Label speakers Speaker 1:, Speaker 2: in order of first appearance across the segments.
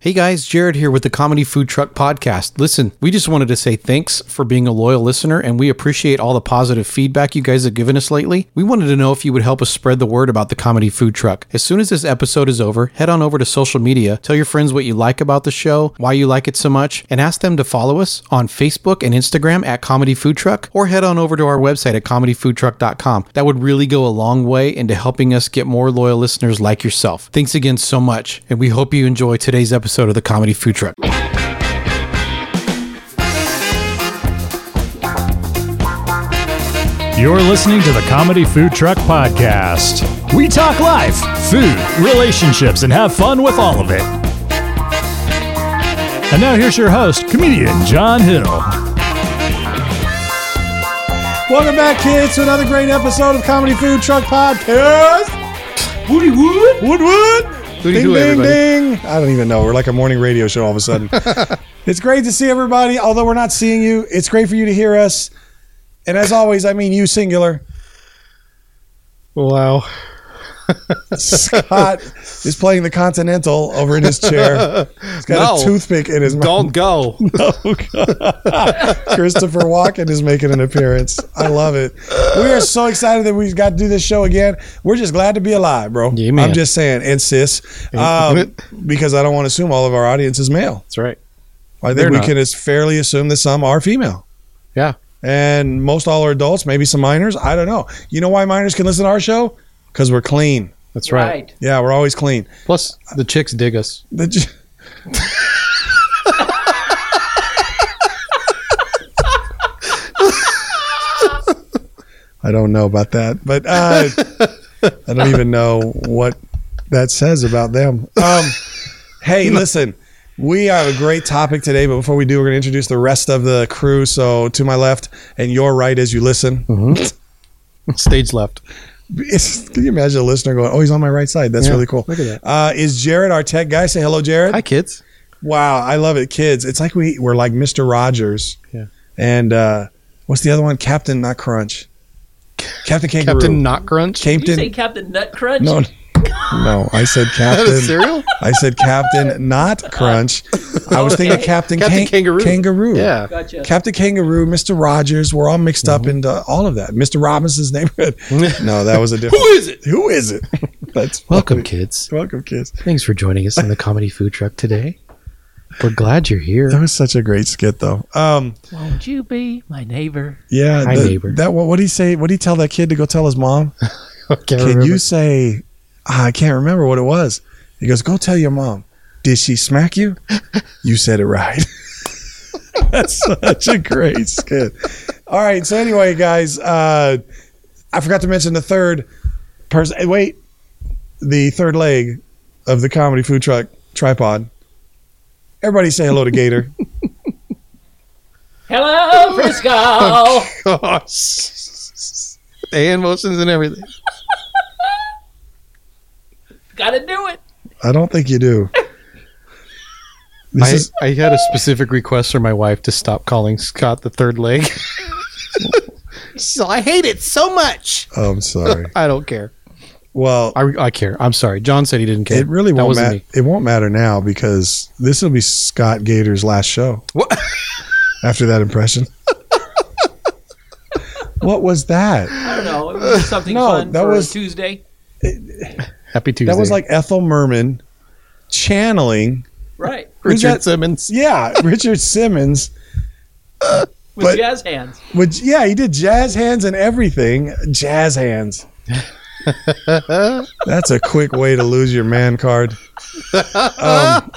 Speaker 1: Hey guys, Jared here with the Comedy Food Truck Podcast. Listen, we just wanted to say thanks for being a loyal listener and we appreciate all the positive feedback you guys have given us lately. We wanted to know if you would help us spread the word about the Comedy Food Truck. As soon as this episode is over, head on over to social media, tell your friends what you like about the show, why you like it so much, and ask them to follow us on Facebook and Instagram at Comedy Food Truck or head on over to our website at comedyfoodtruck.com. That would really go a long way into helping us get more loyal listeners like yourself. Thanks again so much, and we hope you enjoy today's episode of the Comedy Food Truck.
Speaker 2: You're listening to the Comedy Food Truck Podcast. We talk life, food, relationships, and have fun with all of it. And now here's your host, comedian John Hill.
Speaker 3: Welcome back, kids, to another great episode of Comedy Food Truck Podcast. Woody Wood, Wood Wood. Ding,
Speaker 1: do,
Speaker 3: ding,
Speaker 1: everybody.
Speaker 3: ding. I don't even know. We're like a morning radio show all of a sudden. it's great to see everybody. Although we're not seeing you, it's great for you to hear us. And as always, I mean you singular.
Speaker 1: Wow.
Speaker 3: Scott is playing the Continental over in his chair. He's got
Speaker 1: No.
Speaker 3: a toothpick in his
Speaker 1: Don't
Speaker 3: mouth.
Speaker 1: go.
Speaker 3: Christopher Walken is making an appearance. I love it. We are so excited that we got to do this show again. We're just glad to be alive, bro.
Speaker 1: Yeah, man.
Speaker 3: I'm just saying, and sis, um, because I don't want to assume all of our audience is male.
Speaker 1: That's right.
Speaker 3: I think
Speaker 1: They're
Speaker 3: we
Speaker 1: not.
Speaker 3: can as fairly assume that some are female.
Speaker 1: Yeah.
Speaker 3: And most all are adults, maybe some minors. I don't know. You know why minors can listen to our show? Because we're clean.
Speaker 1: That's right.
Speaker 3: Yeah, we're always clean.
Speaker 1: Plus, the chicks dig us.
Speaker 3: The j- I don't know about that, but uh, I don't even know what that says about them. Um, hey, listen, we have a great topic today, but before we do, we're going to introduce the rest of the crew. So, to my left and your right as you listen.
Speaker 1: Stage left.
Speaker 3: It's- can you imagine a listener going, Oh, he's on my right side? That's
Speaker 1: Yeah,
Speaker 3: really cool.
Speaker 1: look at that.
Speaker 3: Uh, is Jared our tech guy? Say hello, Jared.
Speaker 1: Hi, kids.
Speaker 3: Wow, I love it, kids. It's like we we're like Mister Rogers.
Speaker 1: Yeah.
Speaker 3: And uh, what's the other one? Captain Not Crunch. Captain Kangaroo.
Speaker 1: Captain Not Crunch.
Speaker 3: Captain.
Speaker 4: Did you say Captain Nut Crunch?
Speaker 3: no, no, I said
Speaker 1: Is that a
Speaker 3: Captain.
Speaker 1: cereal?
Speaker 3: I said Captain Not Crunch. I was thinking
Speaker 4: Okay.
Speaker 3: Captain,
Speaker 1: Captain
Speaker 3: Can-
Speaker 1: Kangaroo.
Speaker 3: Kangaroo.
Speaker 1: Yeah.
Speaker 4: Gotcha.
Speaker 3: Captain Kangaroo, Mister Rogers. We're all mixed up into all of that. Mister Robinson's neighborhood. Mm-hmm. no, that was a different. Who is it? Who is it? That's
Speaker 5: Welcome, kids.
Speaker 3: welcome, kids.
Speaker 5: Thanks for joining us in the comedy food truck today. We're glad you're here.
Speaker 3: That was such a great skit, though. Um,
Speaker 4: Won't you be my neighbor?
Speaker 3: Yeah,
Speaker 5: Hi,
Speaker 3: the-
Speaker 5: neighbor.
Speaker 3: That what? What did he say? What did he tell that kid to go tell his mom? Can you say? ah, I can't remember what it was. He goes, "Go tell your mom." Did she smack you? You said it right. That's such a great skit. All right. So anyway, guys, uh, I forgot to mention the third person. Wait, the third leg of the comedy food truck tripod. Everybody say hello to Gator.
Speaker 4: Hello, Frisco.
Speaker 1: Hand motions and everything.
Speaker 4: Gotta do it.
Speaker 3: I don't think you do. This
Speaker 1: I, I had a specific request from my wife to stop calling Scott the third leg. so I hate it so much.
Speaker 3: Oh, I'm sorry.
Speaker 1: I don't care.
Speaker 3: Well,
Speaker 1: I, I care. I'm sorry. John said he didn't care.
Speaker 3: it really
Speaker 1: that
Speaker 3: won't
Speaker 1: wasn't
Speaker 3: matter.
Speaker 1: me.
Speaker 3: It won't matter now because this will be Scott Gator's last show.
Speaker 1: What?
Speaker 3: After that impression. what was that?
Speaker 4: I don't know. It was just something
Speaker 3: No,
Speaker 4: fun
Speaker 3: that
Speaker 4: for
Speaker 3: was-
Speaker 4: Tuesday.
Speaker 1: Happy Tuesday.
Speaker 3: That was like Ethel Merman channeling.
Speaker 4: Right.
Speaker 3: who's
Speaker 1: Richard
Speaker 3: that-
Speaker 1: Simmons.
Speaker 3: Yeah, Richard Simmons.
Speaker 4: With
Speaker 3: But-
Speaker 4: jazz hands.
Speaker 3: Which yeah, he did jazz hands and everything. Jazz hands. That's a quick way to lose your man card. Um,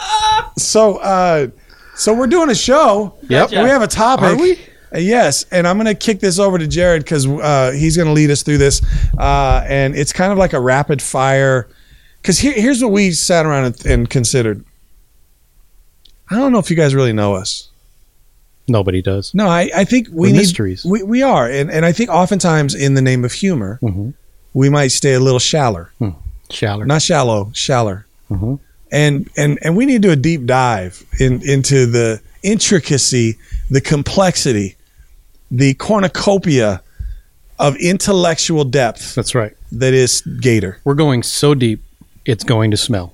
Speaker 3: so uh, so we're doing a show.
Speaker 1: Yep.
Speaker 4: Gotcha.
Speaker 3: We have a topic.
Speaker 1: Are we?
Speaker 3: Uh, Yes, and I'm going to kick this over to Jared because uh, he's going to lead us through this, uh, and it's kind of like a rapid fire. Because here, here's what we sat around and, and considered. I don't know if you guys really know us.
Speaker 1: Nobody does.
Speaker 3: No, I, I think we
Speaker 1: We're
Speaker 3: need
Speaker 1: mysteries.
Speaker 3: We, we are, and and I think oftentimes in the name of humor,
Speaker 1: Mhm.
Speaker 3: we might stay a little shallower,
Speaker 1: Shaller.
Speaker 3: not shallow, shallower.
Speaker 1: Mhm.
Speaker 3: And and and we need to do a deep dive in, into the intricacy, the complexity, the cornucopia of intellectual depth
Speaker 1: That's right.
Speaker 3: that is Gator.
Speaker 1: We're going so deep, it's going to smell.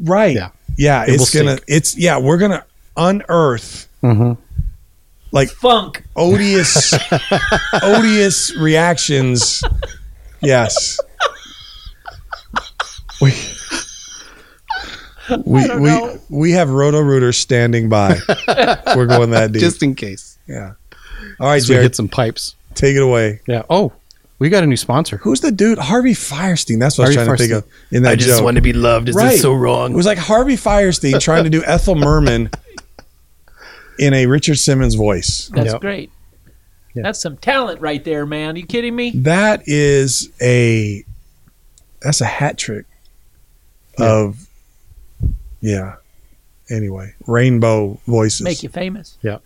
Speaker 3: Right.
Speaker 1: Yeah.
Speaker 3: yeah,
Speaker 6: will
Speaker 3: it's gonna. It's yeah, we're gonna unearth
Speaker 4: Funk.
Speaker 3: odious, odious reactions. Yes. We we we, we have Roto Rooter standing by. We're going that deep.
Speaker 6: Just in case.
Speaker 3: yeah. All right,
Speaker 6: So we
Speaker 3: Jared,
Speaker 6: hit some pipes.
Speaker 3: take it away.
Speaker 6: Yeah. Oh, we got a new sponsor.
Speaker 3: Who's the dude? Harvey Firestein. That's what I was
Speaker 6: Harvey
Speaker 3: trying to think of in that joke.
Speaker 1: to be loved. Is
Speaker 3: Right.
Speaker 1: wrong?
Speaker 3: It was like Harvey Firestein trying to do Ethel Merman in a Richard Simmons voice.
Speaker 4: That's
Speaker 6: Yep.
Speaker 4: great.
Speaker 6: Yeah.
Speaker 4: That's some talent right there, man. you kidding me?
Speaker 3: That is a that's a hat trick of yeah. Anyway, rainbow voices.
Speaker 4: Make you famous.
Speaker 3: I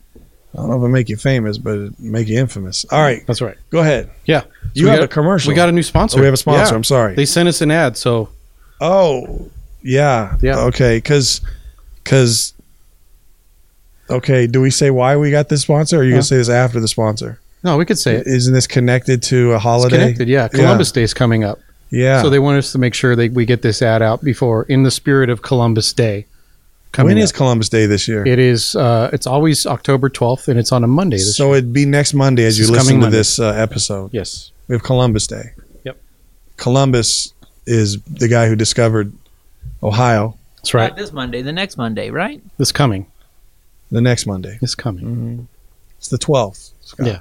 Speaker 3: don't know if it make you famous, but it make you infamous. All right,
Speaker 6: That's right.
Speaker 3: go ahead.
Speaker 6: Yeah. So
Speaker 3: You
Speaker 6: we
Speaker 3: have
Speaker 6: got,
Speaker 3: a commercial.
Speaker 6: We got a new sponsor.
Speaker 3: Oh, we have a sponsor.
Speaker 6: Yeah.
Speaker 3: I'm sorry.
Speaker 6: They sent us an ad, so
Speaker 3: oh, yeah.
Speaker 6: Yeah.
Speaker 3: Okay, because because okay. Do we say why we got this sponsor? Or are you
Speaker 6: Yeah.
Speaker 3: gonna say this after the sponsor?
Speaker 6: no, we could say it.
Speaker 3: Isn't this connected to a
Speaker 6: It's
Speaker 3: holiday?
Speaker 6: connected. Yeah. Columbus Day is coming up.
Speaker 3: Yeah.
Speaker 6: So they want us to make sure that we get this ad out before, in the spirit of Columbus Day. Coming
Speaker 3: when
Speaker 6: up.
Speaker 3: is Columbus Day this year?
Speaker 6: It is. Uh, it's always October twelfth, and it's on a Monday. This
Speaker 3: So it'd be next Monday as
Speaker 6: This
Speaker 3: you
Speaker 6: is
Speaker 3: listen
Speaker 6: coming
Speaker 3: to
Speaker 6: Monday.
Speaker 3: this uh, episode.
Speaker 6: yes,
Speaker 3: We have Columbus Day.
Speaker 6: Yep.
Speaker 3: Columbus is the guy who discovered Ohio
Speaker 6: that's right.
Speaker 4: Not this Monday, the next Monday, right?
Speaker 6: This coming.
Speaker 3: the next Monday.
Speaker 6: This coming.
Speaker 3: Mm. It's the 12th. Scott.
Speaker 6: Yeah.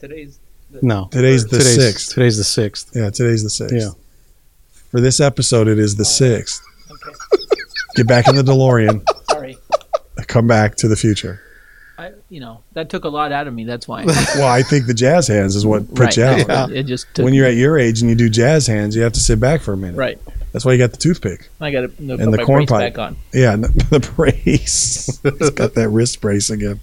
Speaker 4: Today's
Speaker 6: No,
Speaker 3: Today's the
Speaker 6: today's
Speaker 3: 6th.
Speaker 6: Today's the sixth.
Speaker 3: Yeah, today's the 6th.
Speaker 6: Yeah.
Speaker 3: For this episode, it is the 6th. Get back in the DeLorean.
Speaker 4: sorry.
Speaker 3: Come back to the future.
Speaker 4: I, you know, that took a lot out of me. That's why.
Speaker 3: Well, I think the jazz hands is what
Speaker 4: right.
Speaker 3: puts you out.
Speaker 4: It, it just took
Speaker 3: When you're at your age and you do jazz hands, you have to sit back for a minute.
Speaker 4: right.
Speaker 3: That's why you got the toothpick.
Speaker 4: I got to put
Speaker 3: And the
Speaker 4: my
Speaker 3: corn
Speaker 4: brace
Speaker 3: pipe.
Speaker 4: back on.
Speaker 3: Yeah, n- the brace. He's got that wrist brace again.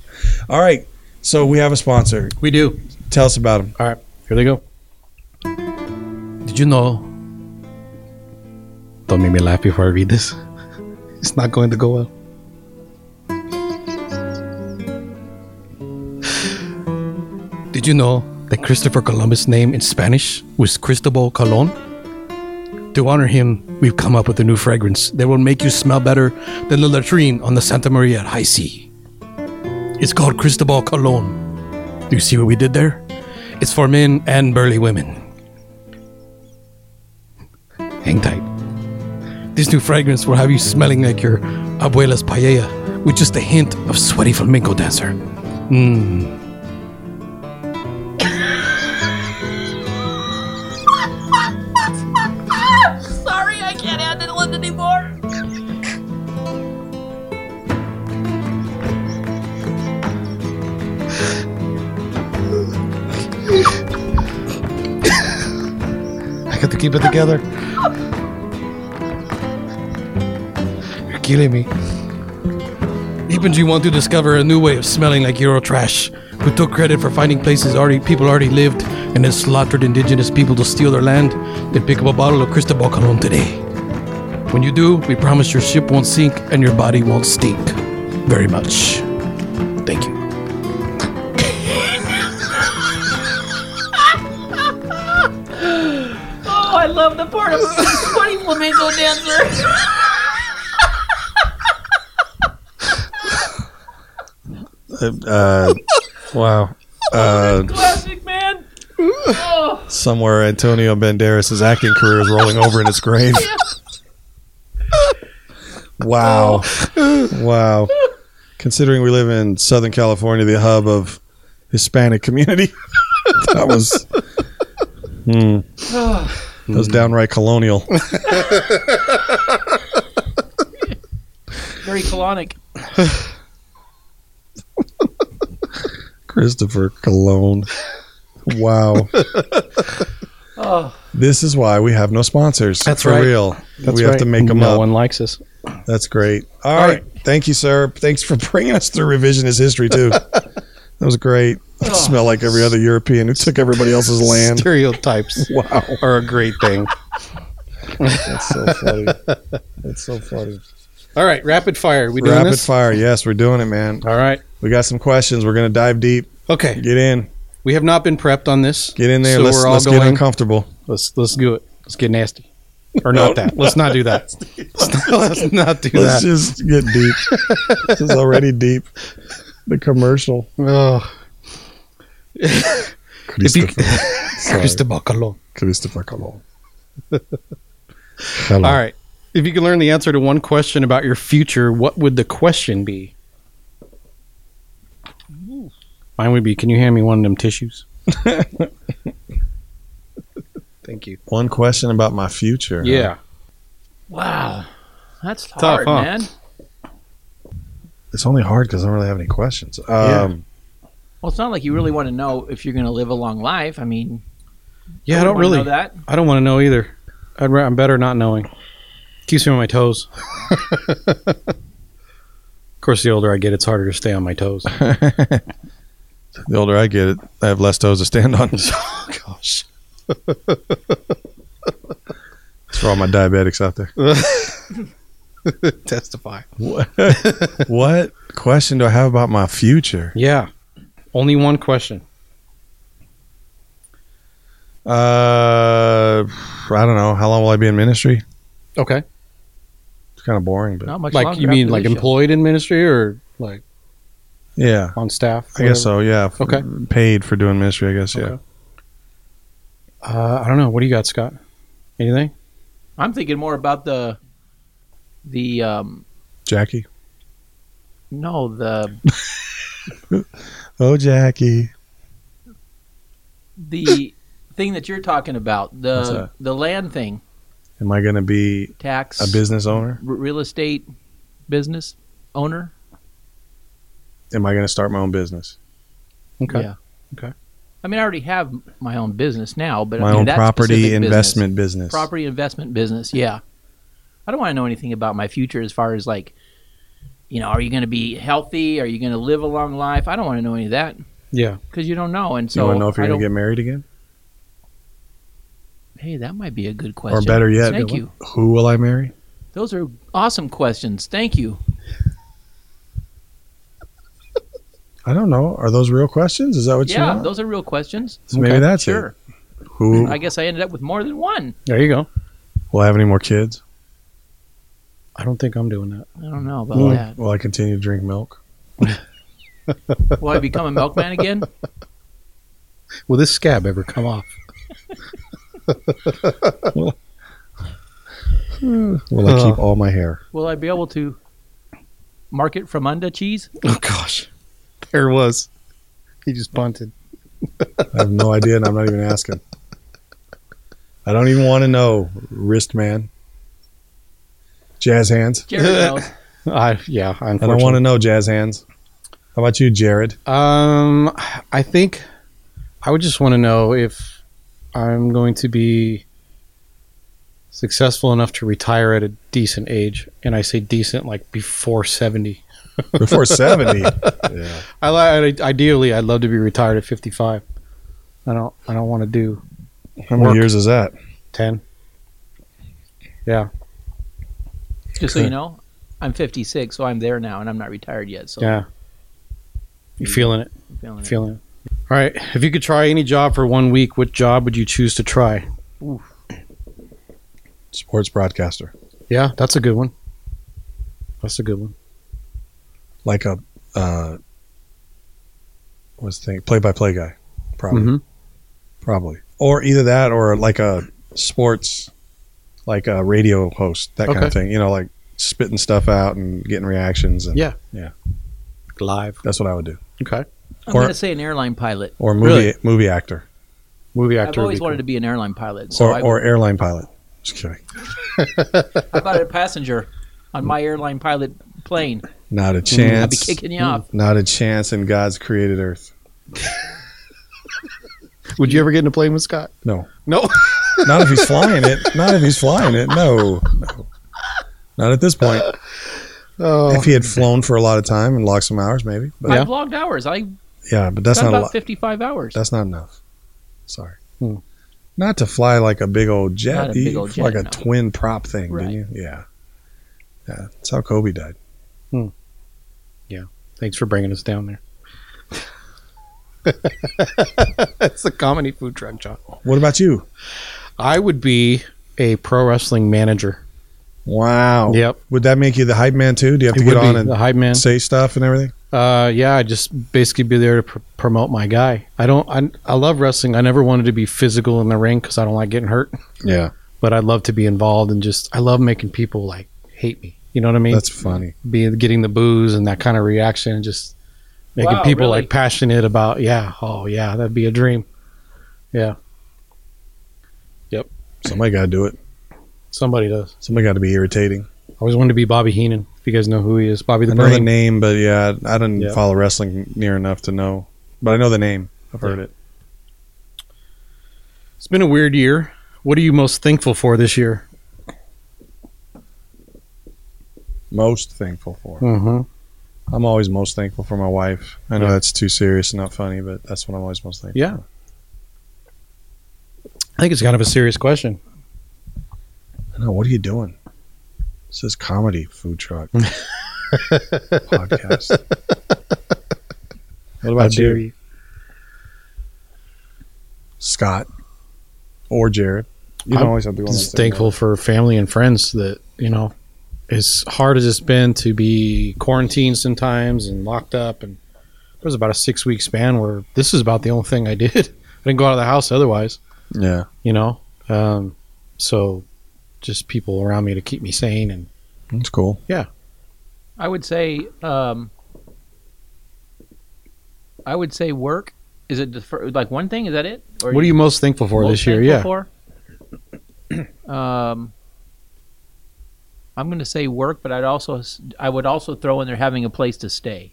Speaker 3: All right. So we have a sponsor.
Speaker 6: We do.
Speaker 3: Tell us about him.
Speaker 6: All right. Here they go. Did you know? Don't make me laugh before I read this. It's not going to go well. Did you know that Christopher Columbus' name in Spanish was Cristobal Colon? To honor him, we've come up with a new fragrance that will make you smell better than the latrine on the Santa Maria at High Sea. It's called Cristobal Colon. Do you see what we did there? It's for men and burly women. Hang tight. This new fragrance will have you smelling like your abuela's paella with just a hint of sweaty flamenco dancer.
Speaker 7: Sorry, I can't handle it anymore.
Speaker 6: I got to keep it together. You're killing me. Ipanji want to discover a new way of smelling like Euro trash, who took credit for finding places already people already lived and then slaughtered indigenous people to steal their land. Then pick up a bottle of Cristobal Colon today. When you do, we promise your ship won't sink and your body won't stink. Very much. Thank you.
Speaker 4: Oh, I love the part of sweaty flamenco dancer.
Speaker 3: Uh, wow. Uh,
Speaker 4: Classic man. Oh,
Speaker 3: somewhere Antonio Banderas' acting career is rolling over in its grave. Wow. Wow. Considering we live in Southern California, the hub of Hispanic community, that was. Hmm. That was downright colonial.
Speaker 4: very colonic.
Speaker 3: Christopher Cologne. Wow.
Speaker 4: Oh,
Speaker 3: This is why we have no sponsors.
Speaker 6: That's
Speaker 3: for
Speaker 6: right.
Speaker 3: real. we have to make them up.
Speaker 6: one likes us.
Speaker 3: That's great. All right. Thank you, sir. Thanks for bringing us through revisionist history too. that was great.
Speaker 6: Oh.
Speaker 3: I smell like every other European who took everybody else's land.
Speaker 6: Stereotypes wow. are a great thing.
Speaker 3: That's so funny. That's so funny.
Speaker 6: All right, rapid fire. We doing
Speaker 3: Rapid
Speaker 6: this?
Speaker 3: fire. Yes, we're doing it, man.
Speaker 6: All right.
Speaker 3: We got some questions. We're gonna dive deep.
Speaker 6: Okay.
Speaker 3: Get in.
Speaker 6: We have not been prepped on this.
Speaker 3: Get in there.
Speaker 6: So
Speaker 3: let's
Speaker 6: we're all
Speaker 3: let's get
Speaker 6: going-
Speaker 3: uncomfortable.
Speaker 6: Let's let's do it. Let's get nasty.
Speaker 8: or not that. Let's not do that. Let's not, let's not do
Speaker 3: Let's
Speaker 8: that.
Speaker 3: just get deep. this is already deep. The commercial.
Speaker 8: Oh, if you,
Speaker 3: Christopher, sorry.
Speaker 8: Cristobal Colon.
Speaker 3: Christopher Colon.
Speaker 8: All right. If you could learn the answer to one question about your future, what would the question be? Mine would be, can you hand me one of them tissues? Thank you.
Speaker 3: One question about my future. huh?
Speaker 8: Yeah.
Speaker 4: Wow. That's
Speaker 8: Tough,
Speaker 4: hard,
Speaker 8: huh?
Speaker 4: man.
Speaker 3: It's only hard because I don't really have any questions. Um,
Speaker 4: Well, it's not like you really want to know if you're going to live a long life. I mean,
Speaker 8: Yeah, I don't
Speaker 4: wouldn't
Speaker 8: really.
Speaker 4: wanna know that.
Speaker 8: I don't want to know either. I'd, ra- I'm better not knowing. Keeps me on my toes. of course, the older I get, it's harder to stay on my toes.
Speaker 3: The older I get, I have less toes to stand on. Oh, That's
Speaker 8: Gosh.
Speaker 3: for all my diabetics out there.
Speaker 8: Testify.
Speaker 3: What, what question do I have about my future?
Speaker 8: Yeah. Only one question.
Speaker 3: Uh, I don't know. How long will I be in ministry?
Speaker 8: Okay.
Speaker 3: It's kind of boring, but
Speaker 4: Not much
Speaker 8: Like,
Speaker 4: longer
Speaker 8: you
Speaker 4: after
Speaker 8: mean like
Speaker 4: this show.
Speaker 8: employed in ministry or like
Speaker 3: yeah,
Speaker 8: on staff?
Speaker 3: I guess so. Yeah. F-
Speaker 8: Okay.
Speaker 3: Paid for doing ministry, I guess. Yeah.
Speaker 8: Okay. Uh, I don't know. What do you got, Scott? Anything?
Speaker 4: I'm thinking more about the the um
Speaker 3: Jackie.
Speaker 4: no the
Speaker 3: Oh, Jackie.
Speaker 4: the thing that you're talking about
Speaker 3: What's
Speaker 4: the
Speaker 3: that?
Speaker 4: the land thing
Speaker 3: Am I going to be
Speaker 4: tax
Speaker 3: a business owner?
Speaker 4: r- real estate business owner.
Speaker 3: Am I going to start my own business?
Speaker 8: Okay.
Speaker 4: Yeah.
Speaker 8: Okay.
Speaker 4: I mean, I already have my own business now, but I
Speaker 3: my
Speaker 4: mean,
Speaker 3: own
Speaker 4: that
Speaker 3: property
Speaker 4: specific business-
Speaker 3: investment business.
Speaker 4: property investment business. Yeah. I don't want to know anything about my future as far as like, you know, are you going to be healthy? Are you going to live a long life? I don't want to know any of that
Speaker 8: Yeah.
Speaker 4: because you don't know. And
Speaker 3: You
Speaker 4: so
Speaker 3: want to know if you're
Speaker 4: I
Speaker 3: going
Speaker 4: don't.
Speaker 3: to get married again?
Speaker 4: hey, that might be a good question.
Speaker 3: Or better yet,
Speaker 4: thank you.
Speaker 3: who will I marry?
Speaker 4: Those are awesome questions. Thank you.
Speaker 3: I don't know. Are those real questions? Is that what you
Speaker 4: yeah,
Speaker 3: want?
Speaker 4: those are real questions.
Speaker 3: So maybe that's
Speaker 4: sure.
Speaker 3: it. Who
Speaker 4: I guess I ended up with more than one.
Speaker 8: There you go.
Speaker 3: will I have any more kids?
Speaker 8: I don't think I'm doing that.
Speaker 4: I don't know
Speaker 3: Hmm.
Speaker 4: about that.
Speaker 3: Will I continue to drink milk?
Speaker 4: Will I become a milkman again?
Speaker 8: Will this scab ever come off?
Speaker 3: Will I keep all my hair?
Speaker 4: Will I be able to market from under cheese?
Speaker 8: Oh gosh. There it was. He just bunted.
Speaker 3: I have no idea, and I'm not even asking. I don't even want to know, wrist man. Jazz hands.
Speaker 4: Jared knows.
Speaker 8: I yeah, I
Speaker 3: I don't want to know, jazz hands. How about you, Jared?
Speaker 8: Um, I think I would just want to know if I'm going to be successful enough to retire at a decent age, and I say decent like before seventy.
Speaker 3: Before 70. Yeah.
Speaker 8: I li- ideally I'd love to be retired at fifty five. I don't I don't want to do
Speaker 3: How many
Speaker 8: Work.
Speaker 3: years is that?
Speaker 8: ten.
Speaker 4: Just so you know, I'm 56, so I'm there now, and I'm not retired yet. So
Speaker 8: Yeah, you feeling it?
Speaker 4: I'm feeling it.
Speaker 8: Feeling it. All right. If you could try any job for one week, what job would you choose to try?
Speaker 3: Sports broadcaster.
Speaker 8: Yeah, that's a good one. That's a good one.
Speaker 3: Like a, uh, what's the thing? Play by play guy. Probably.
Speaker 8: Mhm.
Speaker 4: Mm-hmm.
Speaker 3: Probably. Or either that or like a sports, like a radio host, that kind
Speaker 8: Okay.
Speaker 3: of thing. You know, like spitting stuff out and getting reactions. And
Speaker 8: Yeah.
Speaker 3: Yeah.
Speaker 8: Live.
Speaker 3: That's what I would do.
Speaker 8: Okay.
Speaker 4: I'm
Speaker 3: Or-
Speaker 4: going to say an airline pilot.
Speaker 3: Or movie
Speaker 8: Really?
Speaker 3: movie actor.
Speaker 8: Movie
Speaker 4: I've
Speaker 8: actor.
Speaker 4: always wanted to be an airline pilot, so
Speaker 3: Or,
Speaker 4: I,
Speaker 3: or airline pilot. Just kidding.
Speaker 4: I thought a passenger on my airline pilot plane.
Speaker 3: Not a
Speaker 4: Mm, I'd be
Speaker 3: chance.
Speaker 4: kicking you off.
Speaker 3: Not a chance in God's created earth.
Speaker 8: Would you ever get in a plane with Scott?
Speaker 3: No.
Speaker 8: No.
Speaker 3: Not if he's flying it. Not if he's flying it. No. No. Not at this point.
Speaker 8: Oh.
Speaker 3: If he had flown for a lot of time and logged some hours, maybe. But
Speaker 8: Yeah.
Speaker 4: I've logged hours. I
Speaker 3: yeah, but that's
Speaker 4: got
Speaker 3: not a
Speaker 4: about
Speaker 3: lot.
Speaker 4: 55 hours.
Speaker 3: That's not enough. Sorry.
Speaker 8: Hmm.
Speaker 3: Not to fly like a big old jet.
Speaker 4: Not a big
Speaker 3: You
Speaker 4: old
Speaker 3: fly like
Speaker 4: jet,
Speaker 3: a
Speaker 4: no.
Speaker 3: twin prop thing,
Speaker 4: Right.
Speaker 3: didn't you? Yeah. Yeah. That's how Kobe died.
Speaker 8: Thanks for bringing us down there. it's a comedy food truck, John.
Speaker 3: What about you?
Speaker 8: I would be a pro wrestling manager.
Speaker 3: Wow.
Speaker 8: Yep.
Speaker 3: Would that make you the hype man too? Do you have to
Speaker 8: It
Speaker 3: get
Speaker 8: would be
Speaker 3: on and
Speaker 8: the hype man.
Speaker 3: say stuff and everything?
Speaker 8: Uh, yeah, I just basically be there to pr- promote my guy. I don't. I, I love wrestling. I never wanted to be physical in the ring because I don't like getting hurt.
Speaker 3: Yeah.
Speaker 8: But I'd love to be involved and just. I love making people like hate me. You know what I mean?
Speaker 3: That's funny.
Speaker 8: be getting the booze and that kind of reaction and just making
Speaker 4: Wow,
Speaker 8: people
Speaker 4: really?
Speaker 8: like passionate about yeah oh yeah that'd be a dream
Speaker 3: Somebody got to do it.
Speaker 8: somebody does
Speaker 3: Somebody got to be irritating.
Speaker 8: i always wanted to be bobby heenan if you guys know who he is bobby the
Speaker 3: I know the
Speaker 8: brain
Speaker 3: name, but yeah, I didn't
Speaker 8: Yeah.
Speaker 3: follow wrestling near enough to know. But I know the name. I've heard it.
Speaker 8: it's been a weird year what are you most thankful for this year
Speaker 3: Most thankful for.
Speaker 8: mm-hmm.
Speaker 3: I'm always most thankful for my wife. I know
Speaker 8: Yeah.
Speaker 3: that's too serious and not funny, but that's what I'm always most thankful.
Speaker 8: yeah i think it's kind of a serious question
Speaker 3: I know. What are you doing? This is comedy food truck podcast. What about you?
Speaker 8: you
Speaker 3: Scott or Jared? You
Speaker 8: I'm
Speaker 3: don't always have to go. on
Speaker 8: just
Speaker 3: the same
Speaker 8: thankful for family and friends that you know as hard as it's been to be quarantined sometimes and locked up and there was about a six week span where this is about the only thing i did i didn't go out of the house otherwise
Speaker 3: one. Yeah.
Speaker 8: you know um, so just people around me to keep me sane and
Speaker 3: That's cool.
Speaker 4: I would say, um, I would say work. Is it the fir- like one thing? Is that it? Or
Speaker 8: what are you most thankful for
Speaker 4: most
Speaker 8: this year yeah
Speaker 4: thankful For? um, I'm going to say work, but I'd also s- I would also throw in there having a place to stay.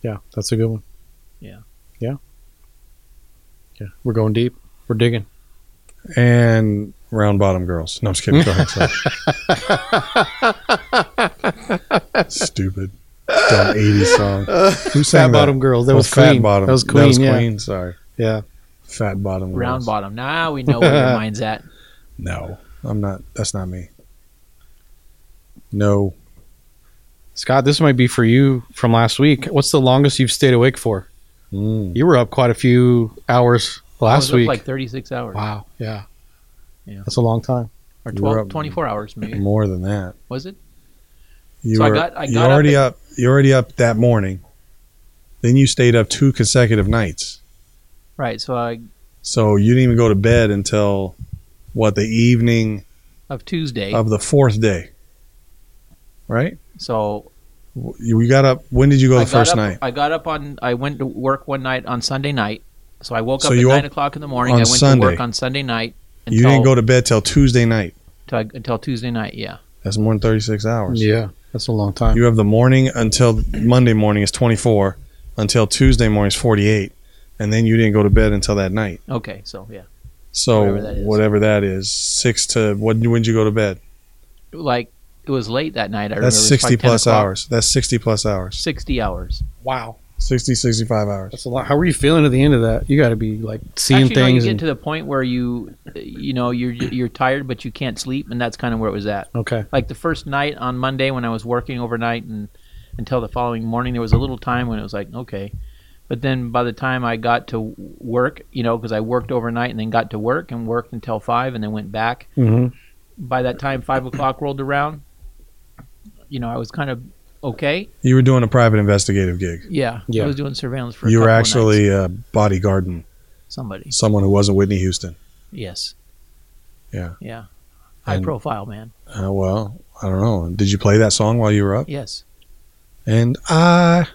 Speaker 8: yeah that's a good one
Speaker 4: Yeah.
Speaker 8: yeah yeah we're going deep we're digging
Speaker 3: And round bottom girls. No, I'm just kidding. Go ahead. sorry. Stupid. Dumb 80s song. Who
Speaker 8: fat
Speaker 3: sang that?
Speaker 8: bottom girls that
Speaker 3: Oh,
Speaker 8: was
Speaker 3: fat
Speaker 8: queen
Speaker 3: bottom.
Speaker 8: that was queen yeah
Speaker 3: Sorry.
Speaker 8: yeah
Speaker 3: Fat bottom.
Speaker 4: Round
Speaker 3: girls.
Speaker 4: bottom. Now we know where your mind's at.
Speaker 3: No, I'm not. That's not me. No.
Speaker 8: Scott, this might be for you from last week. What's the longest you've stayed awake for?
Speaker 3: Mm.
Speaker 8: You were up quite a few hours
Speaker 4: I
Speaker 8: last
Speaker 4: was up
Speaker 8: week.
Speaker 4: Oh, like 36 hours
Speaker 8: wow. Yeah.
Speaker 4: Yeah.
Speaker 8: That's a long time.
Speaker 4: or
Speaker 3: you were
Speaker 4: 12,
Speaker 3: up-
Speaker 4: 24 hours maybe.
Speaker 3: More than that.
Speaker 4: Was it?
Speaker 3: You
Speaker 4: So I
Speaker 3: were,
Speaker 4: got- I
Speaker 3: you
Speaker 4: got up
Speaker 3: already up, You're already up that morning. Then you stayed up two consecutive nights.
Speaker 4: Right. So I
Speaker 3: So you didn't even go to bed until what the evening
Speaker 4: of Tuesday.
Speaker 8: Oh.
Speaker 3: of the fourth day, right?
Speaker 4: so
Speaker 3: W- You got up. When did you go
Speaker 4: I
Speaker 3: the first
Speaker 4: got up,
Speaker 3: night?
Speaker 4: I got up on. I went to work one night on Sunday night, so I woke
Speaker 3: So
Speaker 4: up at
Speaker 3: you woke
Speaker 4: nine o'clock in the morning. I
Speaker 3: on
Speaker 4: went
Speaker 3: Sunday.
Speaker 4: to work on Sunday night. Until,
Speaker 3: You didn't go to bed till Tuesday night.
Speaker 4: till, until Tuesday night. Yeah,
Speaker 3: That's more than 36 hours.
Speaker 8: Yeah. That's a long time.
Speaker 3: You have the morning until Monday morning is 24, until Tuesday morning is 48, and then you didn't go to bed until that night.
Speaker 4: okay, so yeah,
Speaker 3: So
Speaker 4: Whatever that is.
Speaker 3: whatever that is, six to when when did you go to bed?
Speaker 4: like it was late that night. I remember it
Speaker 3: That's
Speaker 4: was
Speaker 3: 60
Speaker 4: like 10
Speaker 3: plus
Speaker 4: o'clock.
Speaker 3: hours. That's 60 plus hours.
Speaker 4: Sixty hours.
Speaker 8: wow.
Speaker 3: 60 65 hours.
Speaker 8: That's a lot. How were you feeling at the end of that? You got to be like seeing
Speaker 4: Actually, no, you
Speaker 8: things.
Speaker 4: get
Speaker 8: and-
Speaker 4: to the point where you, you know, you're you're tired, but you can't sleep, and that's kind of where it was at.
Speaker 8: okay.
Speaker 4: Like the first night on Monday when I was working overnight and until the following morning, there was a little time when it was like, okay. But then by the time I got to work, you know, because I worked overnight and then got to work and worked until five and then went back.
Speaker 8: Mm-hmm.
Speaker 4: By that time, five o'clock rolled around. You know, I was kind of okay.
Speaker 3: You were doing a private investigative gig.
Speaker 4: Yeah,
Speaker 8: Yeah.
Speaker 4: I was doing surveillance for. a
Speaker 3: You were
Speaker 4: couple of nights.
Speaker 3: actually uh, bodyguarding
Speaker 4: somebody.
Speaker 3: someone who wasn't Whitney Houston.
Speaker 4: Yes.
Speaker 3: Yeah.
Speaker 4: Yeah. High
Speaker 3: And-
Speaker 4: profile man.
Speaker 3: Uh, well, I don't know. Did you play that song while you were up?
Speaker 4: Yes.
Speaker 3: And I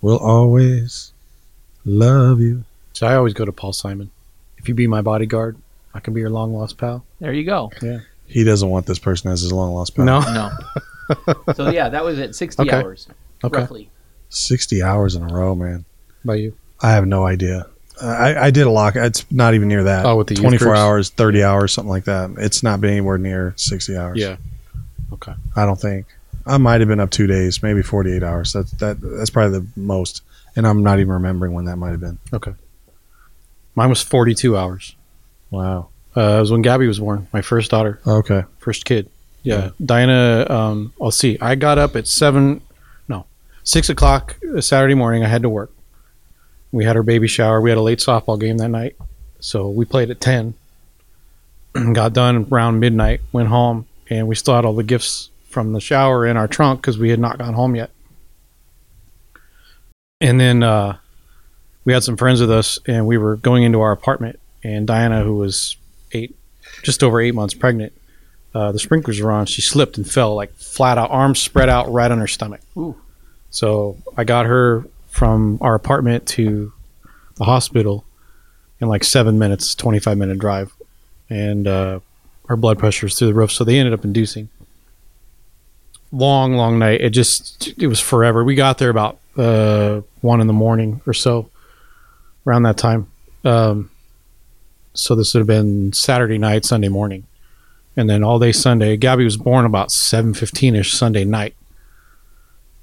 Speaker 3: will always love you.
Speaker 8: So I always go to Paul Simon. If you be my bodyguard, I can be your long lost pal.
Speaker 4: There you go.
Speaker 3: He doesn't want this person as his long lost pal.
Speaker 4: No. so yeah, that was at sixty
Speaker 8: Okay.
Speaker 4: hours
Speaker 8: Okay.
Speaker 4: roughly.
Speaker 3: 60 hours in a row, man.
Speaker 8: By you.
Speaker 3: I have no idea. I, I did a lock. It's not even near that.
Speaker 8: Oh, with the youth
Speaker 3: 24
Speaker 8: groups?
Speaker 3: hours, 30 hours, something like that. It's not been anywhere near 60 hours.
Speaker 8: Yeah. Okay.
Speaker 3: I don't think. I might have been up two days, maybe 48 hours. That's that. That's probably the most. And I'm not even remembering when that might have been.
Speaker 8: Mine was 42 hours.
Speaker 3: Wow.
Speaker 8: Uh, it was when Gabby was born, my first daughter.
Speaker 3: Okay.
Speaker 8: first kid. Yeah, Diana. Um, I'll see. I got up at seven, no, six o'clock Saturday morning. I had to work. We had our baby shower. We had a late softball game that night, so we played at ten. got done around midnight, went home, and we still had all the gifts from the shower in our trunk because we had not gone home yet. And then uh, we had some friends with us, and we were going into our apartment. And Diana, who was eight, just over eight months pregnant, uh, the sprinklers were on. She slipped and fell like flat out, arms spread out, right on her stomach.
Speaker 4: Ooh.
Speaker 8: So I got her from our apartment to the hospital in like seven minutes, 25 minute drive. And uh, her blood pressure was through the roof. So they ended up inducing. Long, long night. It just, it was forever. We got there about uh, one in the morning or so, around that time. Um, so this would have been Saturday night, Sunday morning. And then all day Sunday, Gabby was born about 7.15ish Sunday night.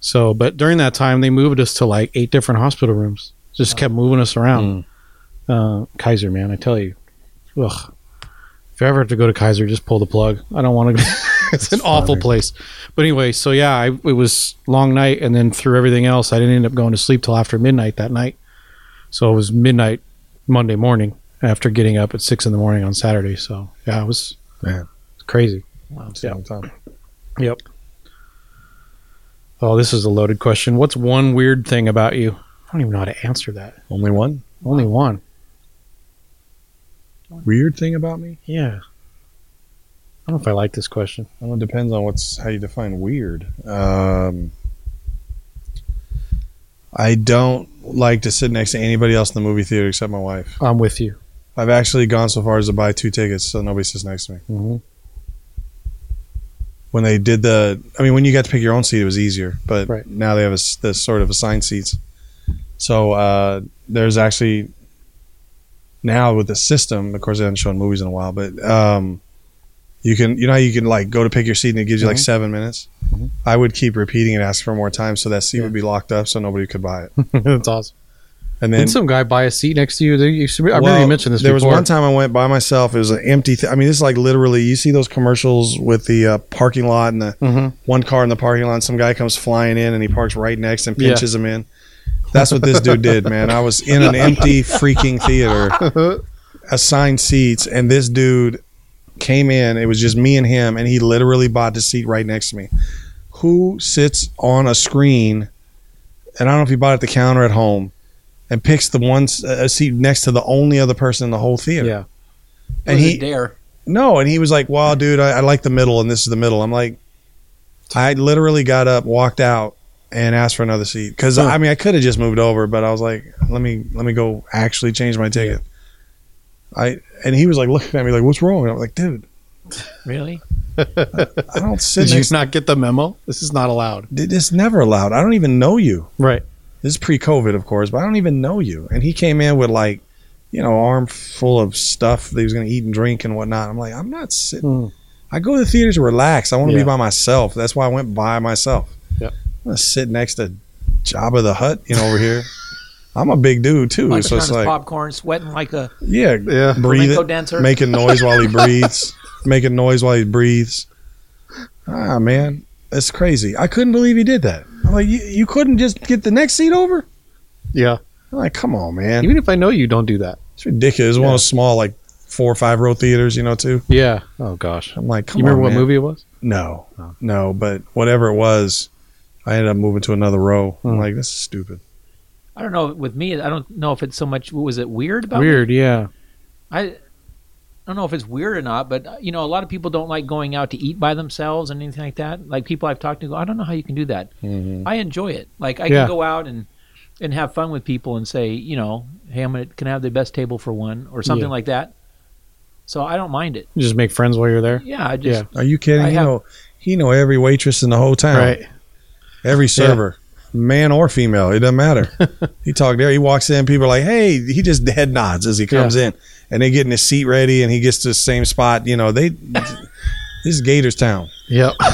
Speaker 8: So, but during that time, they moved us to like eight different hospital rooms. Just kept moving us around. Uh, Kaiser, man, I tell you, ugh. If you ever have to go to Kaiser, just pull the plug. I don't want to. go. it's an awful place. But anyway, so yeah, I, it was long night, and then through everything else, I didn't end up going to sleep till after midnight that night. So it was midnight Monday morning after getting up at six in the morning on Saturday. So yeah, it was
Speaker 3: Man.
Speaker 8: it's crazy.
Speaker 3: Long time.
Speaker 8: Yep. Oh, this is a loaded question. What's one weird thing about you? I don't even know how to answer that.
Speaker 3: Only one
Speaker 8: Only one.
Speaker 3: weird thing about me.
Speaker 8: Yeah. I don't know if I like this question.
Speaker 3: I don't know, it depends on what's how you define weird. Um, I don't like to sit next to anybody else in the movie theater except my wife.
Speaker 8: I'm with you.
Speaker 3: I've actually gone so far as to buy two tickets so nobody sits next to me.
Speaker 8: Mhm.
Speaker 3: When they did the, I mean, when you got to pick your own seat, it was easier. But
Speaker 8: Right.
Speaker 3: now they have a s this sort of assigned seats. So uh, there's actually now with the system. Of course, they haven't shown movies in a while, but um, you can, you know, how you can like go to pick your seat and it gives you like seven minutes. I would keep repeating and ask for more time, so that seat would be locked up, so nobody could buy it.
Speaker 8: That's awesome.
Speaker 3: And
Speaker 8: Did
Speaker 3: then
Speaker 8: some guy buy a seat next to you? They- you- I remember you
Speaker 3: well,
Speaker 8: mentioned this
Speaker 3: There
Speaker 8: before.
Speaker 3: was one time I went by myself. It was an empty. Th- I mean, this is like literally. You see those commercials with the uh, parking lot and the
Speaker 8: Mhm.
Speaker 3: one car in the parking lot. And some guy comes flying in and he parks right next and
Speaker 8: Yeah.
Speaker 3: pinches him in. That's what this dude did, man. I was in an empty freaking theater, assigned seats, and this dude came in. It was just me and him, and he literally bought the seat right next to me. Who sits on a screen? And I don't know if he bought it at the counter at home, and picks the one s- a seat next to the only other person in the whole theater.
Speaker 8: Yeah.
Speaker 3: and he
Speaker 4: dare.
Speaker 3: no, and he was like, "Wow, dude, I, I like the middle, and this is the middle." I'm like, I literally got up, walked out, and asked for another seat because I mean I could have just moved over, but I was like, "Let me let me go actually change my ticket." I and he was like looking at me like, "What's wrong?" And I'm like, "Dude,
Speaker 4: Really?
Speaker 3: I don't sit
Speaker 8: Did you
Speaker 3: next.
Speaker 8: not get the memo? This is not allowed.
Speaker 3: This never allowed. I don't even know you.
Speaker 8: Right.
Speaker 3: This is pre-COVID, of course, but I don't even know you." And he came in with like, you know, arm full of stuff that he was going to eat and drink and whatnot. I'm like, "I'm not sitting." I go to the theater to relax. I want to
Speaker 8: Hmm. Yeah.
Speaker 3: be by myself. That's why I went by myself.
Speaker 8: Yep.
Speaker 3: I'm gonna sit next to Jabba the Hutt, you know, over here. I'm a big dude too,
Speaker 4: Mike's
Speaker 3: so
Speaker 4: trying
Speaker 3: it's
Speaker 4: his
Speaker 3: like,
Speaker 4: popcorn, sweating like a
Speaker 3: yeah,
Speaker 8: Yeah.
Speaker 3: breathe
Speaker 4: flamenco
Speaker 3: it,
Speaker 4: dancer.
Speaker 3: making noise while he breathes, making noise while he breathes. Ah, man, that's crazy. I couldn't believe he did that. I'm like, you, you couldn't just get the next seat over?
Speaker 8: Yeah.
Speaker 3: I'm like, come on, man,
Speaker 8: Even if I know you, don't do that.
Speaker 3: it's ridiculous. It's One of those small, like four or five row theaters, you know, too.
Speaker 8: Yeah. Oh gosh.
Speaker 3: I'm like, come
Speaker 8: you remember
Speaker 3: on,
Speaker 8: what Oh.
Speaker 3: man.
Speaker 8: movie it was?
Speaker 3: No, no, but whatever it was, I ended up moving to another row.
Speaker 8: Hmm.
Speaker 3: I'm like, this is stupid.
Speaker 4: I don't know. With me, I don't know if it's so much. Was it weird about me?
Speaker 8: Weird. Yeah.
Speaker 4: I, I don't know if it's weird or not, but uh, you know, a lot of people don't like going out to eat by themselves and anything like that. Like people I've talked to, go, I don't know how you can do that.
Speaker 3: Mm-hmm.
Speaker 4: I enjoy it. Like I
Speaker 8: Yeah.
Speaker 4: can go out and and have fun with people and say, you know, hey, I'm gonna can I have the best table for one or something
Speaker 8: Yeah.
Speaker 4: like that. So I don't mind it.
Speaker 8: You just make friends while you're there.
Speaker 4: Yeah, I just
Speaker 3: Are you kidding?
Speaker 4: I
Speaker 3: he
Speaker 4: have-
Speaker 3: know he know every waitress in the whole town, Every server, man or female, it doesn't matter. he talked there. He walks in, people are like, hey, he just head nods as he comes in, and they getting his seat ready, and he gets to the same spot. You know, they this is Gators town.
Speaker 8: Yep.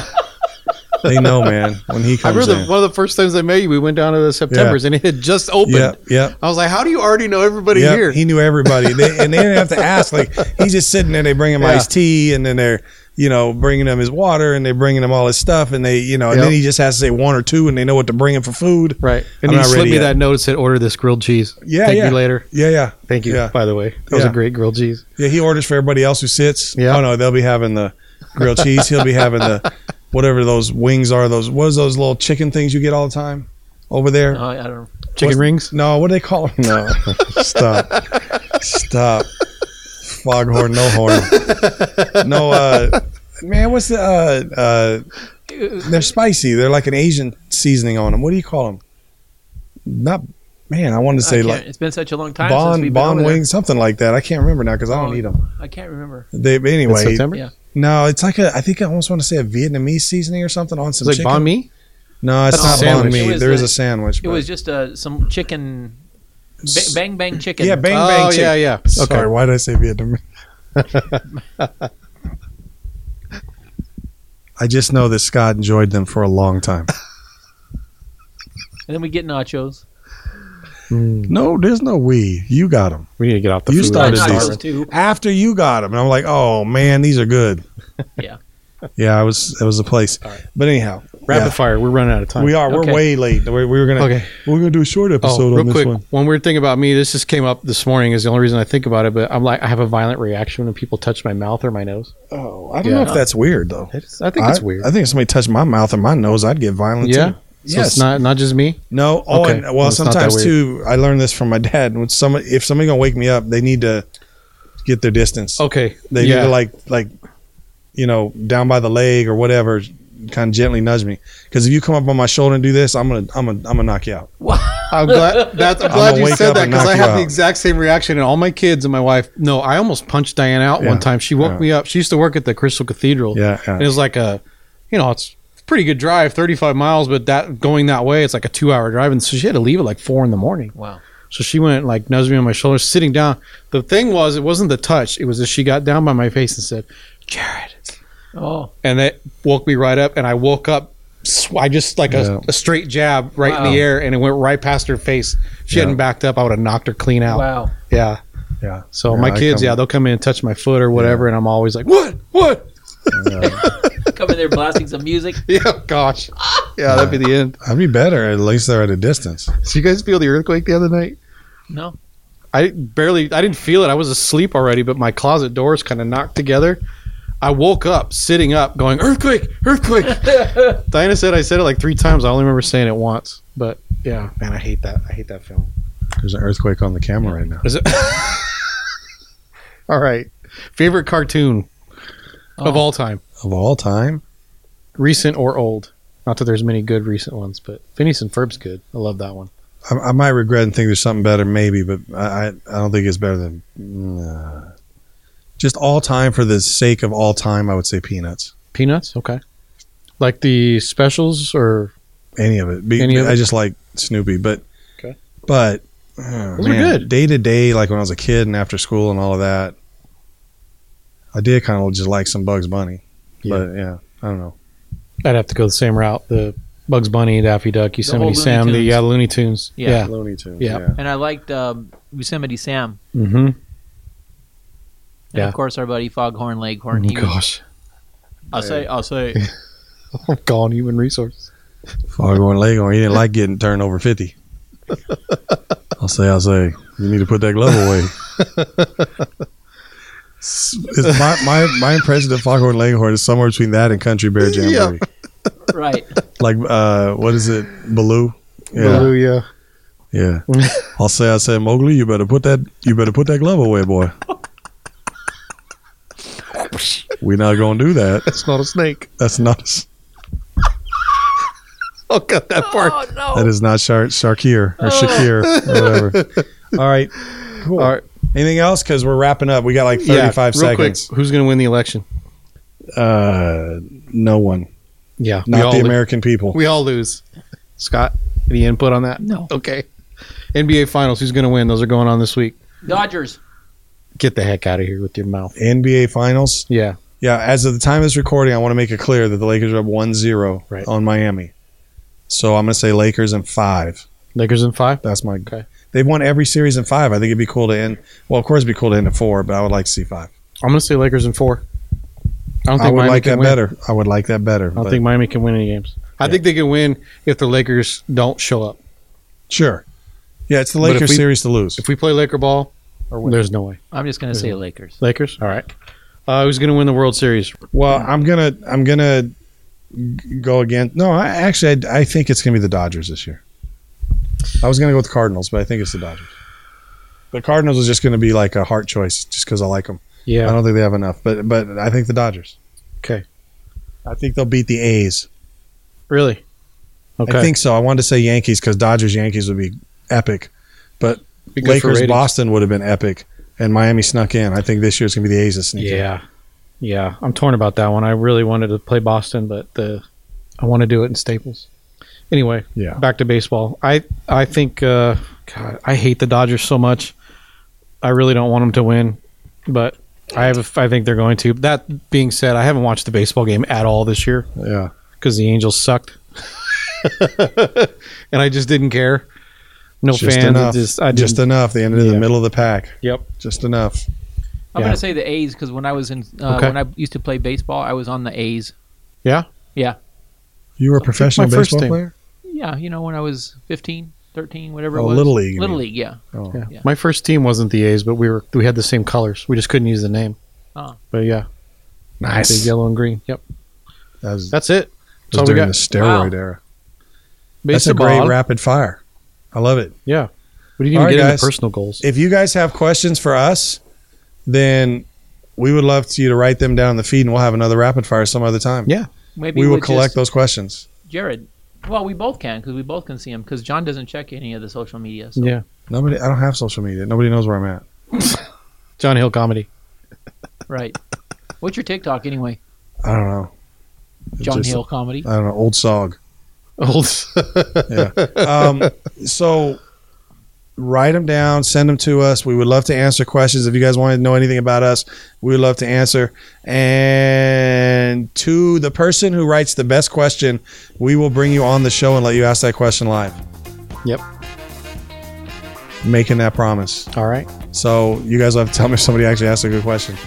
Speaker 3: They know, man, when he
Speaker 8: I
Speaker 3: comes
Speaker 8: remember the,
Speaker 3: in.
Speaker 8: one of the first times I met you, we went down to the September's and it had just opened.
Speaker 3: Yep, yep.
Speaker 8: I was like, how do you already know everybody
Speaker 3: Yeah,
Speaker 8: here?
Speaker 3: He knew everybody, they, and they didn't have to ask. Like he's just sitting there. They bring him
Speaker 8: Yeah.
Speaker 3: iced tea, and then they're you know, bringing him his water and they're bringing him all his stuff and they, you know, and
Speaker 8: Yep.
Speaker 3: then he just has to say one or two and they know what to bring him for food.
Speaker 8: Right. And
Speaker 3: I'm
Speaker 8: he
Speaker 3: not
Speaker 8: slipped
Speaker 3: ready
Speaker 8: me
Speaker 3: yet.
Speaker 8: that note that said, order this grilled cheese.
Speaker 3: Yeah,
Speaker 8: Thank
Speaker 3: yeah.
Speaker 8: you later.
Speaker 3: Yeah, yeah.
Speaker 1: Thank you,
Speaker 3: Yeah.
Speaker 1: by the way. That was
Speaker 3: Yeah.
Speaker 1: a great grilled cheese.
Speaker 3: Yeah, he orders for everybody else who sits.
Speaker 1: Yeah.
Speaker 3: Oh no, they'll be having the grilled cheese. He'll be having the whatever those wings are, those what is those little chicken things you get all the time over there?
Speaker 8: Uh,
Speaker 4: Oh, I don't know.
Speaker 8: Chicken
Speaker 3: What's-
Speaker 8: rings.
Speaker 3: No, what do they call them? No. Stop. Stop. Foghorn, no horn. No, uh, man, what's the, uh, uh, they're spicy. They're like an Asian seasoning on them. What do you call them? Not, man, I wanted to
Speaker 4: I
Speaker 3: say
Speaker 4: can't-
Speaker 3: like
Speaker 4: it's been such a long time since
Speaker 3: Bon,
Speaker 4: we've
Speaker 3: bon
Speaker 4: been over
Speaker 3: wings, something like that. I can't remember now because I
Speaker 4: Oh,
Speaker 3: don't eat them.
Speaker 4: there. I can't remember.
Speaker 3: They, but
Speaker 8: In
Speaker 3: anyway,
Speaker 8: September.
Speaker 4: Yeah.
Speaker 3: no, it's like a, I think I almost want to say a Vietnamese seasoning or something on some
Speaker 8: It's like
Speaker 3: chicken.
Speaker 8: bond me.
Speaker 3: No, it's
Speaker 4: That's
Speaker 3: not
Speaker 8: a
Speaker 3: bon
Speaker 8: sandwich.
Speaker 4: It
Speaker 3: mi.
Speaker 4: was
Speaker 3: There is
Speaker 4: the-
Speaker 3: a sandwich.
Speaker 4: It was just uh, some chicken, ba- bang bang chicken.
Speaker 3: yeah, bang, bang.
Speaker 8: oh,
Speaker 3: chicken.
Speaker 8: yeah, yeah. Okay.
Speaker 3: Sorry, why did I say Vietnamese? I just know that Scott enjoyed them for a long time.
Speaker 4: And then we get nachos.
Speaker 3: No, there's no we. You got them
Speaker 1: We need to get off the
Speaker 3: You
Speaker 1: food.
Speaker 3: started
Speaker 1: I'm
Speaker 3: these.
Speaker 1: starving.
Speaker 4: nachos too.
Speaker 3: after you got them, and I'm like, oh man, these are good.
Speaker 4: Yeah.
Speaker 3: yeah. I was. It was a place. But anyhow,
Speaker 1: Rapid
Speaker 3: yeah.
Speaker 1: fire. We're running out of time.
Speaker 3: We are.
Speaker 4: Okay.
Speaker 3: We're way late. We, we were gonna.
Speaker 8: Okay.
Speaker 3: We're gonna do a short
Speaker 8: Oh,
Speaker 3: episode on
Speaker 8: real
Speaker 3: this
Speaker 8: quick,
Speaker 3: one.
Speaker 8: one. weird thing about me, this just came up this morning, is the only reason I think about it, but I'm like, I have a violent reaction when people touch my mouth or my nose.
Speaker 3: Oh, I don't know
Speaker 8: Yeah.
Speaker 3: if that's weird though.
Speaker 8: It's, I think it's weird.
Speaker 3: I think if somebody touched my mouth and my nose, I'd get violent.
Speaker 8: yeah.
Speaker 3: Too.
Speaker 8: So it's not, not just me.
Speaker 3: No. Oh,
Speaker 8: Okay.
Speaker 3: and, well,
Speaker 8: Well, it's not that
Speaker 3: sometimes too. I learned this from my dad. When somebody, if somebody gonna wake me up, they need to get their distance.
Speaker 8: Okay.
Speaker 3: They need
Speaker 8: Oh, yeah.
Speaker 3: to like, like, you know, down by the leg or whatever, kind of gently nudge me. Because if you come up on my shoulder and do this, I'm gonna, I'm gonna, I'm gonna knock you out.
Speaker 8: I'm glad, that's, I'm glad
Speaker 3: gonna
Speaker 8: you
Speaker 3: wake
Speaker 8: said
Speaker 3: up
Speaker 8: that
Speaker 3: and
Speaker 8: because
Speaker 3: knock
Speaker 8: I
Speaker 3: you
Speaker 8: have the
Speaker 3: out.
Speaker 8: exact same reaction. And all my kids and my wife, no, I almost punched Diane out
Speaker 3: Yeah.
Speaker 8: one time. She woke
Speaker 3: Yeah.
Speaker 8: me up. She used to work at the Crystal Cathedral.
Speaker 3: Yeah, yeah.
Speaker 8: And it was like a, you know, it's a pretty good drive, 35 miles, but that going that way, it's like a two hour drive. And so she had to leave at like four in the morning.
Speaker 4: Wow.
Speaker 8: So she went like nudged me on my shoulder, sitting down. The thing was, it wasn't the touch. It was that she got down by my face and said, "Jared,"
Speaker 4: Oh,
Speaker 8: and that woke me right up. And I woke up. sw- I just like
Speaker 3: Yeah.
Speaker 8: a, a straight jab right in
Speaker 4: Wow.
Speaker 8: the air, and it went right past her face. If She
Speaker 3: Yeah.
Speaker 8: hadn't backed up. I would have knocked her clean out.
Speaker 4: wow.
Speaker 8: Yeah.
Speaker 3: Yeah.
Speaker 8: So
Speaker 3: Yeah,
Speaker 8: my
Speaker 3: I
Speaker 8: kids,
Speaker 3: come-
Speaker 8: yeah, they'll come in and touch my foot or whatever, and I'm always like, "What? What?"
Speaker 4: Come in there blasting some music.
Speaker 8: Yeah. Gosh. Yeah, that'd be the end.
Speaker 3: I'd be better. At least they're at a distance.
Speaker 8: Did you guys feel the earthquake the other night?
Speaker 4: No.
Speaker 8: I barely, I didn't feel it. I was asleep already, but my closet doors kind of knocked together. I woke up, sitting up, going, earthquake, earthquake. Diana said I said it like three times. I only remember saying it once. But yeah, man, I hate that. I hate that film.
Speaker 3: There's an earthquake on the camera right now.
Speaker 8: Is it? all right. Favorite cartoon of
Speaker 4: Oh.
Speaker 8: all time,
Speaker 3: Of all time,
Speaker 8: recent or old? Not that there's many good recent ones, but Phineas and Ferb's good. I love that one.
Speaker 3: I, I might regret and think there's something better, maybe, but I, I, I don't think it's better than. nah. Just all time for the sake of all time, I would say peanuts.
Speaker 8: Peanuts, okay. Like the specials or
Speaker 3: any of it. Be,
Speaker 8: Any of
Speaker 3: I
Speaker 8: it?
Speaker 3: just like Snoopy, but
Speaker 8: Okay.
Speaker 3: but
Speaker 8: Those are good.
Speaker 3: Day to day, like when I was a kid and after school and all of that, I did kind of just like some Bugs Bunny. But yeah, I don't know.
Speaker 8: I'd have to go the same route. The Bugs Bunny, Daffy Duck, Yosemite
Speaker 4: Looney
Speaker 8: Sam, the
Speaker 4: Tunes.
Speaker 8: yeah, Looney Tunes.
Speaker 4: Yeah.
Speaker 8: Yeah.
Speaker 3: Looney Tunes.
Speaker 8: Yeah.
Speaker 4: And I liked um, Yosemite Sam.
Speaker 8: Mm-hmm.
Speaker 4: And
Speaker 8: Yeah. Oh,
Speaker 4: of course, our buddy Foghorn Leghorn. He was,
Speaker 8: Gosh.
Speaker 4: I'll say, I'll say.
Speaker 8: I'm Oh, gone human resources.
Speaker 3: Foghorn Leghorn, he didn't like getting turned over fifty. I'll say, I'll say, you need to put that glove away. It's- it's my, my my impression of Foghorn Leghorn is somewhere between that and Country Bear Jamboree.
Speaker 4: right.
Speaker 3: Like uh, what is it, Baloo? Yeah.
Speaker 8: yeah.
Speaker 3: Yeah. I'll say I said Mowgli, you better put that you better put that glove away, boy. We're not gonna do that.
Speaker 8: That's not a snake.
Speaker 3: That's not
Speaker 8: I'll cut that part.
Speaker 7: Oh no.
Speaker 3: that is not Shar Sharkir
Speaker 8: Oh.
Speaker 3: or Shakir or whatever. All right. Cool.
Speaker 8: All right.
Speaker 3: Anything else? Because we're wrapping up. We got like
Speaker 8: Yeah,
Speaker 3: thirty five
Speaker 8: real
Speaker 3: seconds.
Speaker 8: Quick, who's going to win the election?
Speaker 3: Uh no one.
Speaker 8: Yeah. we,
Speaker 3: Not
Speaker 8: all
Speaker 3: the
Speaker 8: lo-
Speaker 3: American people.
Speaker 8: we all lose. Scott, any input on that?
Speaker 4: No.
Speaker 8: Okay. NBA Finals, who's going to win? Those are going on this week.
Speaker 4: Dodgers.
Speaker 8: Get the heck out of here with your mouth.
Speaker 3: NBA finals.
Speaker 8: Yeah.
Speaker 3: Yeah, as of the time of this recording, I want to make it clear that the Lakers are up 1-0
Speaker 8: Right.
Speaker 3: on Miami. So I'm gonna say Lakers in five.
Speaker 8: Lakers in five?
Speaker 3: That's my.
Speaker 8: Okay.
Speaker 3: They've won every series in five. I think it'd be cool to end. Well, of course, it'd be cool to end at four, but I would like to see five.
Speaker 8: I'm going to say Lakers in four.
Speaker 9: I don't
Speaker 3: I
Speaker 9: think
Speaker 3: would
Speaker 9: Miami
Speaker 3: like
Speaker 9: can
Speaker 3: that
Speaker 9: win.
Speaker 3: better. I would like that better.
Speaker 8: I don't
Speaker 3: but
Speaker 8: think Miami can win any games.
Speaker 9: I think they can win if the Lakers don't show up.
Speaker 3: sure. Yeah, it's the
Speaker 9: But if
Speaker 3: Lakers
Speaker 9: we-
Speaker 3: series to lose.
Speaker 9: If we play Laker ball, there's no way.
Speaker 4: I'm just going to say Lakers.
Speaker 9: Lakers. All right. Uh, who's going to win the World Series?
Speaker 3: Well, I'm gonna I'm gonna g- go again. No, I actually I, I think it's gonna be the Dodgers this year. I was gonna go with the Cardinals, but I think it's the Dodgers. The Cardinals is just gonna be like a heart choice, just because I like them. I
Speaker 8: Yeah,
Speaker 3: don't think they have enough, but but I think the Dodgers.
Speaker 8: Okay.
Speaker 3: I think they'll beat the A's.
Speaker 9: Really?
Speaker 8: okay.
Speaker 3: I think so. I wanted to say Yankees because Dodgers Yankees would be epic.
Speaker 9: Be good for
Speaker 3: Lakers
Speaker 9: ratings.
Speaker 3: Boston would have been epic, and Miami snuck in. I think this year it's gonna be the A's that sneak in.
Speaker 8: yeah, yeah. I'm torn about that one. I really wanted to play Boston, but the I want to do it in Staples. Anyway,
Speaker 3: Yeah.
Speaker 8: Back to baseball. I I think uh, God, I hate the Dodgers so much. I really don't want them to win, but I have a, I think they're going to. That being said, I haven't watched the baseball game at all this year
Speaker 3: Yeah.
Speaker 8: because the Angels sucked, and I just didn't care. No
Speaker 3: Just
Speaker 8: fans. it
Speaker 3: enough.
Speaker 8: Just I
Speaker 3: just
Speaker 8: didn't-
Speaker 3: enough. They ended in
Speaker 8: Yeah.
Speaker 3: the middle of the pack.
Speaker 8: Yep.
Speaker 3: Just enough.
Speaker 4: I'm
Speaker 8: Yeah.
Speaker 4: going to say the A's because when I was in uh,
Speaker 8: Okay.
Speaker 4: when I used to play baseball, I was on the A's.
Speaker 8: Yeah?
Speaker 4: Yeah.
Speaker 3: You were a professional
Speaker 8: my first
Speaker 3: baseball
Speaker 8: team.
Speaker 3: player?
Speaker 4: Yeah, you know when I was 15, 13, whatever it
Speaker 3: Oh,
Speaker 4: was.
Speaker 3: Little League, you
Speaker 4: Little
Speaker 3: mean.
Speaker 4: League, yeah.
Speaker 3: Oh.
Speaker 8: Yeah.
Speaker 4: Yeah.
Speaker 8: My first team wasn't the A's, but we were we had the same colors. We just couldn't use the name.
Speaker 4: Oh.
Speaker 8: But yeah, big
Speaker 3: Nice.
Speaker 8: yellow and green. Yep,
Speaker 3: That was, that
Speaker 8: that's it. That's all
Speaker 3: was
Speaker 8: we
Speaker 3: during
Speaker 8: got.
Speaker 3: the steroid
Speaker 4: Wow.
Speaker 3: era. That's a
Speaker 8: Baseball.
Speaker 3: great rapid fire. I love it.
Speaker 8: We didn't even
Speaker 3: All right,
Speaker 8: get into
Speaker 3: guys.
Speaker 8: personal goals.
Speaker 3: If you guys have questions for us, then we would love to you to write them down in the feed, and we'll have another rapid fire some other time.
Speaker 8: Yeah.
Speaker 4: Maybe
Speaker 3: we will
Speaker 4: with
Speaker 3: collect
Speaker 4: just
Speaker 3: those questions.
Speaker 4: Jared. Well, we both can because we both can see him because John doesn't check any of the social media. So.
Speaker 8: Yeah.
Speaker 3: Nobody, I don't have social media. Nobody knows where I'm at.
Speaker 8: John Hill comedy.
Speaker 4: Right. What's your TikTok anyway?
Speaker 3: I don't know. It's
Speaker 4: John
Speaker 3: just-
Speaker 4: Hill comedy.
Speaker 3: I don't know. Old sog.
Speaker 8: Old.
Speaker 3: um, so write them down, send them to us. We would love to answer questions. If you guys want to know anything about us, we would love to answer. And to the person who writes the best question, we will bring you on the show and let you ask that question live.
Speaker 8: Yep.
Speaker 3: Making that promise.
Speaker 8: All right.
Speaker 3: So you guys will have to tell me if somebody actually asked a good question.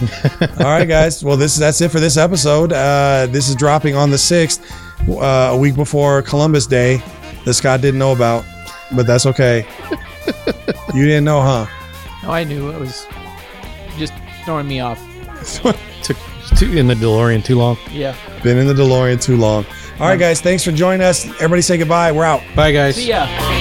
Speaker 3: All right, guys. Well, this that's it for this episode. Uh, this is dropping on the sixth, uh, a week before Columbus Day, that Scott didn't know about, but that's okay. you didn't know, huh?
Speaker 4: No, I knew it was just throwing me off.
Speaker 8: Took too, in the DeLorean too long.
Speaker 4: Yeah.
Speaker 3: Been in the DeLorean too long. All right, guys. Thanks for joining us. Everybody, say goodbye. We're out.
Speaker 8: Bye guys.
Speaker 4: See ya.